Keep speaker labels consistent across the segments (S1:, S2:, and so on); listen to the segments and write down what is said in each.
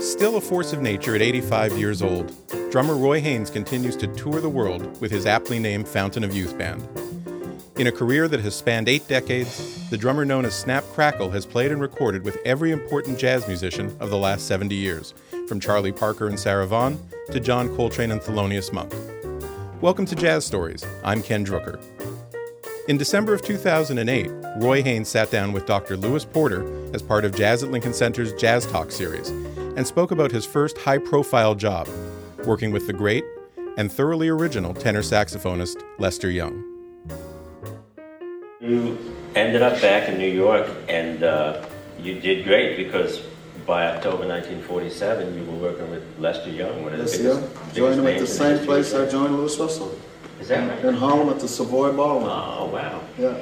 S1: still a force of nature at 85 years old, drummer Roy Haynes continues to tour the world with his aptly named Fountain of Youth Band. In a career that has spanned eight decades, the drummer known as Snap Crackle has played and recorded with every important jazz musician of the last 70 years, from Charlie Parker and Sarah Vaughan to John Coltrane and Thelonious Monk. Welcome to Jazz Stories. I'm Ken Drucker. In December of 2008, Roy Haynes sat down with Dr. Lewis Porter as part of Jazz at Lincoln Center's Jazz Talk series and spoke about his first high profile job, working with the great and thoroughly original tenor saxophonist Lester Young.
S2: You ended up back in New York and uh, you did great because by October 1947 you were working with Lester Young, one of the
S3: Yes,
S2: biggest,
S3: yeah.
S2: biggest
S3: Joined him at
S2: names
S3: the
S2: in
S3: same
S2: history.
S3: place I joined Louis Russell.
S2: Is that
S3: In
S2: right?
S3: Harlem at the Savoy Ballroom.
S2: Oh, wow.
S3: Yeah.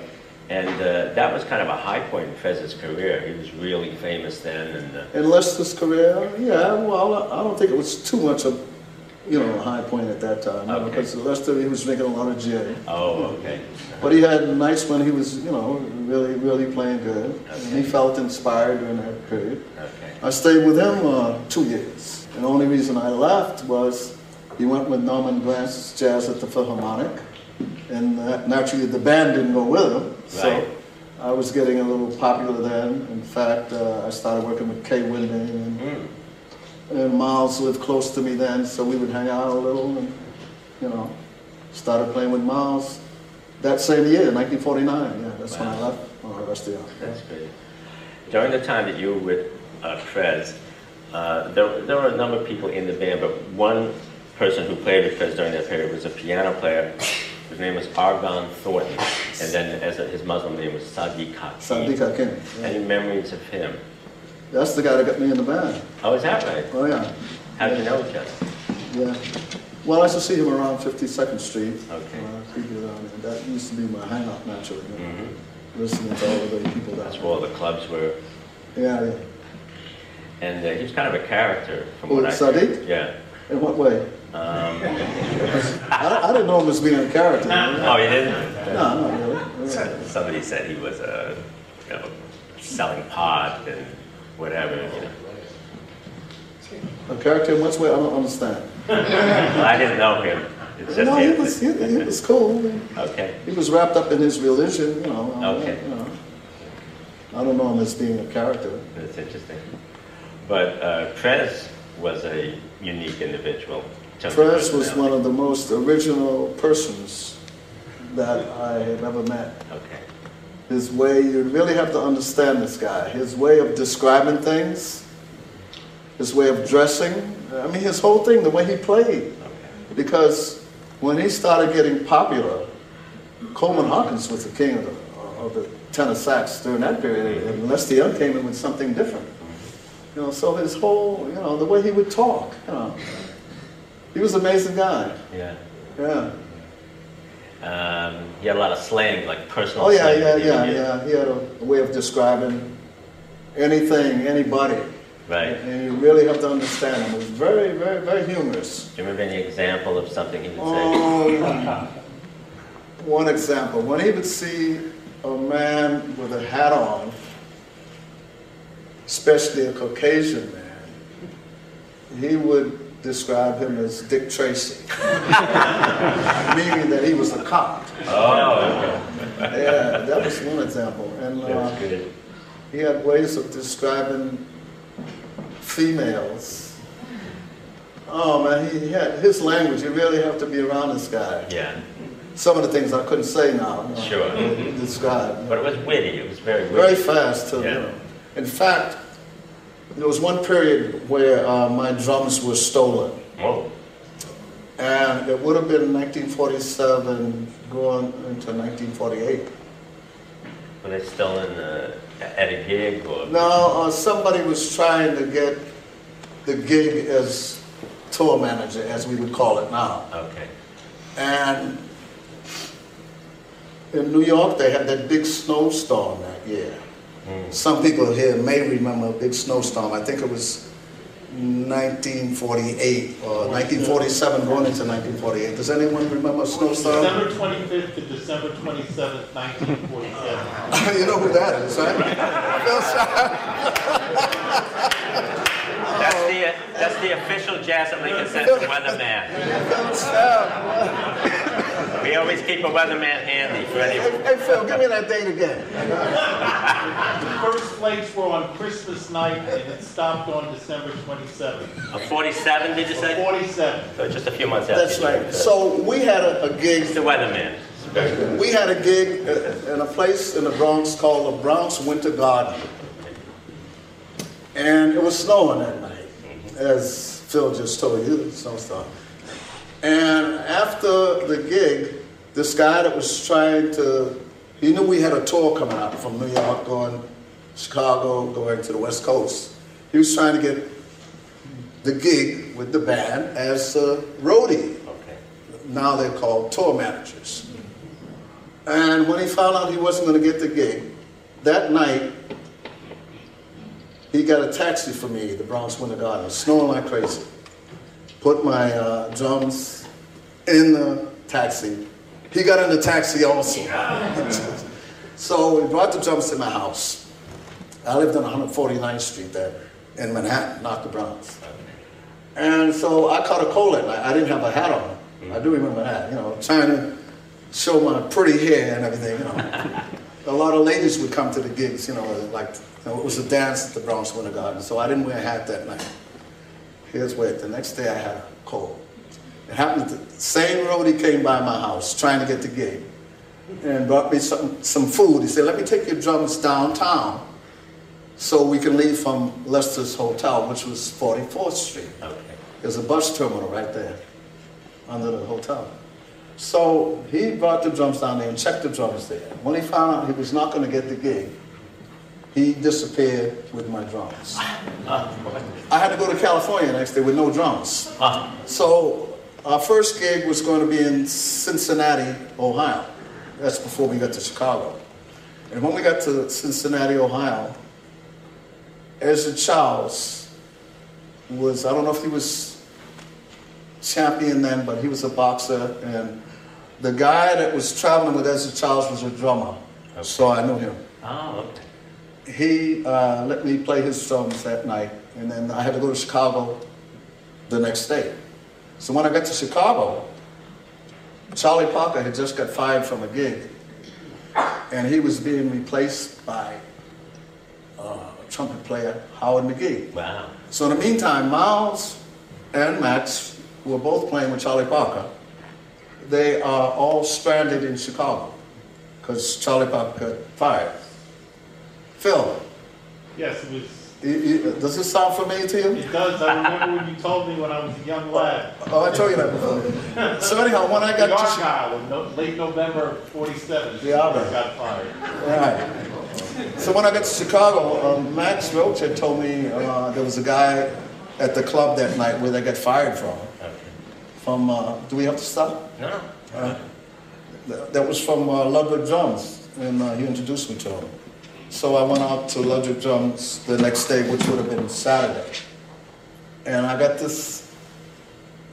S2: And uh, that was kind of a high point in Fez's career. He was really famous then and uh,
S3: And Lester's career, yeah, well, I don't think it was too much of, you know, a high point at that time. you know,
S2: Okay.
S3: Because Lester, he was drinking a lot of gin.
S2: Oh, okay.
S3: But he had nights when he was, you know, really, really playing good. And he felt inspired during that period.
S2: Okay.
S3: I stayed with him uh, two years. And the only reason I left was he went with Norman Glantz's jazz at the Philharmonic. And uh, naturally, the band didn't go with him.
S2: Right.
S3: So I was getting a little popular then. In fact, uh, I started working with Kay Winding. And,
S2: Hmm.
S3: and Miles lived close to me then, so we would hang out a little. And, you know, started playing with Miles that same year, 1949. Yeah, that's when I
S2: Wow.
S3: left uh, Rusty.
S2: That's great. During the time that you were with uh, Prez, uh, there, there were a number of people in the band, but one person who played with Prez during that period was a piano player. His name was Argon Thornton, and then as a, his Muslim name was Sadiq Hakim.
S3: Sadiq Hakim. yeah.
S2: Any memories of him?
S3: That's the guy that got me in the band.
S2: Oh, is that right?
S3: Oh, yeah.
S2: How did you know each other?
S3: Yeah. Well, I used to see him around 52nd Street.
S2: Okay.
S3: Uh, he'd get on there. That used to be my hangout naturally. You know,
S2: Mm-hmm.
S3: Listening to all the people that.
S2: That's where all the clubs were,
S3: Yeah, yeah.
S2: and uh, he was kind of a character from
S3: Who,
S2: what I
S3: Sadiq?
S2: Yeah.
S3: In what way?
S2: Um.
S3: I, I didn't know him as being a character. you know.
S2: Oh, you didn't?
S3: No, not really. Yeah.
S2: Somebody said he was a, you know, selling pot and whatever, you know.
S3: A character in which way? I don't understand.
S2: Well, I didn't know him. It's just
S3: no, he
S2: him.
S3: was, he, he was cool.
S2: Okay,
S3: He was wrapped up in his religion, you know. uh,
S2: Okay.
S3: You know. I don't know him as being a character.
S2: that's interesting. But uh, Trez was a unique individual. in terms of
S3: Perez was
S2: personality.
S3: one of the most original persons that I have ever met.
S2: Okay,
S3: His way, you really have to understand this guy. His way of describing things, his way of dressing, I mean, his whole thing, the way he played. Because when he started getting popular, Coleman Hawkins was the king of the, of the tenor sax during that period, and Lester Young came in with something different. You know, so his whole, you know, the way he would talk, you know, he was an amazing guy.
S2: yeah.
S3: Yeah.
S2: Um, he had a lot of slang, like personal
S3: Oh yeah,
S2: slang.
S3: yeah,
S2: that he
S3: yeah,
S2: would use.
S3: yeah. He had a way of describing anything, anybody,
S2: Right.
S3: and you really have to understand him. It was very, very, very humorous.
S2: Do you remember any example of something he would
S3: Oh,
S2: say?
S3: Um, one example: when he would see a man with a hat on, especially a Caucasian man, he would describe him as Dick Tracy, meaning that he was a cop.
S2: Oh,
S3: Yeah, that was one example, and.
S2: okay.
S3: Uh,
S2: That's good.
S3: He had ways of describing females. Oh man, he he had his language. You really have to be around this guy.
S2: Yeah,
S3: Some of the things I couldn't say now. you know,
S2: Sure.
S3: to Describe. you
S2: but
S3: know.
S2: it was witty. It was very witty.
S3: Very fast too. you
S2: Yeah.
S3: know. In fact, there was one period where uh, my drums were stolen,
S2: Whoa.
S3: and it would have been 1947 going into 1948.
S2: Were they still in uh, at a gig or?
S3: No, uh, somebody was trying to get the gig as tour manager, as we would call it now.
S2: Okay.
S3: And in New York, they had that big snowstorm that year. Some people here may remember a big snowstorm. I think it was 1948 or 1947, going into 1948. Does anyone remember a snowstorm?
S4: December 25th to December 27th, 1947.
S3: you know who that is, right?
S2: That's the the, that's the official jazz at Lincoln Center weatherman.
S3: Phil,
S2: We always keep a weatherman handy for any.
S3: hey, Phil, give me that date again.
S4: First flights were on Christmas night and it stopped on December 27th.
S2: A 47, did you say?
S4: 47.
S2: So just a few months after.
S3: That's
S2: you-
S3: right. So we had a, a gig
S2: He's the weatherman.
S3: We had a gig at- in a place in the Bronx called the Bronx Winter Garden. And it was snowing that night, as Phil just told you, the snow started. And after the gig, this guy that was trying to, he knew we had a tour coming out from New York, going Chicago, going to the West Coast. He was trying to get the gig with the band as a roadie
S2: Okay.
S3: now they're called tour managers. And when he found out he wasn't going to get the gig, that night he got a taxi for me, the Bronx Winter Garden, It was snowing like crazy. Put my uh, drums in the taxi. He got in the taxi also. so we brought the drums to my house. I lived on 149th Street there in Manhattan, not the Bronx. And so I caught a cold that night. I didn't have a hat on. I do remember that, you know, trying to show my pretty hair and everything, you know. a lot of ladies would come to the gigs, you know, like, you know, it was a dance at the Bronx Winter Garden, so I didn't wear a hat that night. Here's where, the next day I had a cold. It happened, the same roadie came by my house trying to get the gig and brought me some, some food. He said, let me take your drums downtown so we can leave from Lester's Hotel, which was 44th Street.
S2: Okay.
S3: There's a bus terminal right there under the hotel. So he brought the drums down there and checked the drums there. When he found out he was not going to get the gig, he disappeared with my drums. I had to go to California next day with no drums. So our first gig was going to be in Cincinnati, Ohio. That's before we got to Chicago. And when we got to Cincinnati, Ohio, Ezra Childs was, I don't know if he was champion then, but he was a boxer. And the guy that was traveling with Ezra Childs was a drummer. So I knew him.
S2: Oh, okay.
S3: He uh, let me play his drums that night, and then I had to go to Chicago the next day. So when I got to Chicago, Charlie Parker had just got fired from a gig, and he was being replaced by uh, trumpet player Howard McGee.
S2: Wow.
S3: So in the meantime, Miles and Max, who are both playing with Charlie Parker, they are all stranded in Chicago because Charlie Parker got fired. Phil,
S4: Yes, it was.
S3: i- i- does this sound familiar to you?
S4: It does. I remember when you told me when I was a young lad.
S3: Oh, I told you that before. So anyhow, when I got
S4: The
S3: to Chicago,
S4: Argyle, in no- late November of 47.
S3: The Argyle.
S4: Got fired.
S3: Right. So when I got to Chicago, um, Max Roach had told me uh, there was a guy at the club that night where they got fired from. From uh, do we have to stop? Uh,
S2: No.
S3: That that was from uh, Ludwig Drums, and uh, he introduced me to him. So I went out to Ludwig Drums the next day, which would have been Saturday. And I got this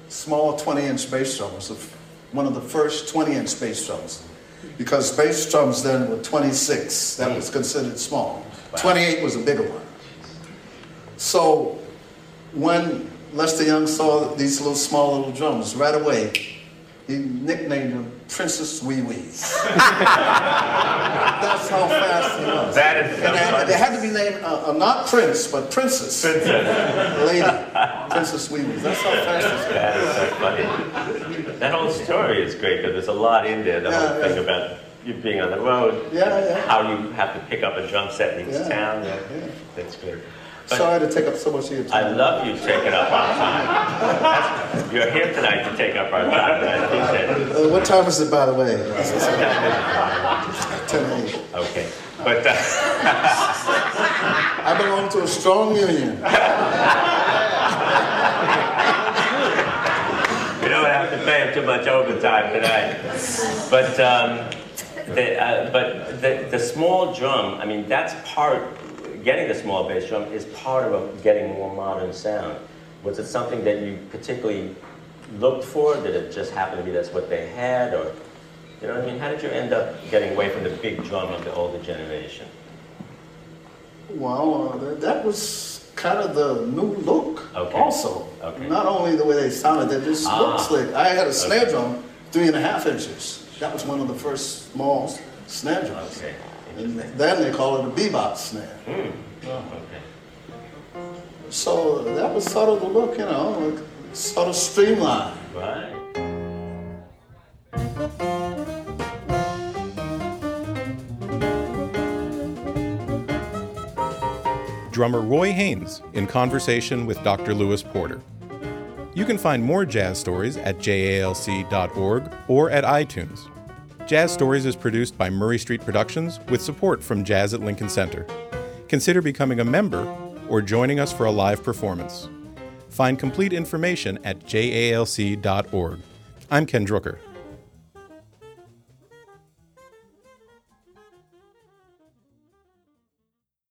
S3: small 20 inch bass drum. It was the f- one of the first 20 inch bass drums. Because bass drums then were 26, that was considered small. 28 was a bigger one. So when Lester Young saw these little small little drums, right away, he nicknamed them Princess Wee Wees. That's how fast he was.
S2: That is
S3: And they, they had to be named, uh, uh, not Prince, but Princess. Princess. Lady. Princess Wee Wees. That's how fast this was.
S2: That is so funny. That whole story is great because there's a lot in there. The whole
S3: Yeah,
S2: thing
S3: yeah.
S2: about you being on the road,
S3: Yeah, yeah.
S2: how you have to pick up a drum set in each
S3: Yeah,
S2: town.
S3: yeah.
S2: That's great. But
S3: Sorry to take up so much of your
S2: I
S3: time.
S2: love you taking up our time. That's- You're here tonight to take up our time, and I appreciate it.
S3: Uh, what time is it, by the way? It's- it's Ten eight.
S2: Okay, but uh,
S3: I belong to a strong union.
S2: we don't have to pay him too much overtime tonight. But um, the, uh, but the, the small drum, I mean, that's part. Getting the small bass drum is part of getting more modern sound. Was it something that you particularly looked for? Did it just happen to be that's what they had, or you know what I mean? How did you end up getting away from the big drum of the older generation?
S3: Well, uh, that, that was kind of the new look
S2: Okay.
S3: also.
S2: Okay.
S3: Not only the way they sounded, they just looked
S2: Ah.
S3: slick. I had a snare
S2: Okay.
S3: drum, three and a half inches. That was one of the first small snare drums.
S2: Okay.
S3: And then they called it a bebop snare.
S2: Okay.
S3: So that was sort of the look, you know, like sort of streamlined.
S2: Right.
S1: drummer Roy Haynes in conversation with Dr. Lewis Porter. You can find more jazz stories at jalc.org or at iTunes. Jazz Stories is produced by Murray Street Productions with support from Jazz at Lincoln Center. Consider becoming a member or joining us for a live performance. Find complete information at jalc.org. I'm Ken Drucker.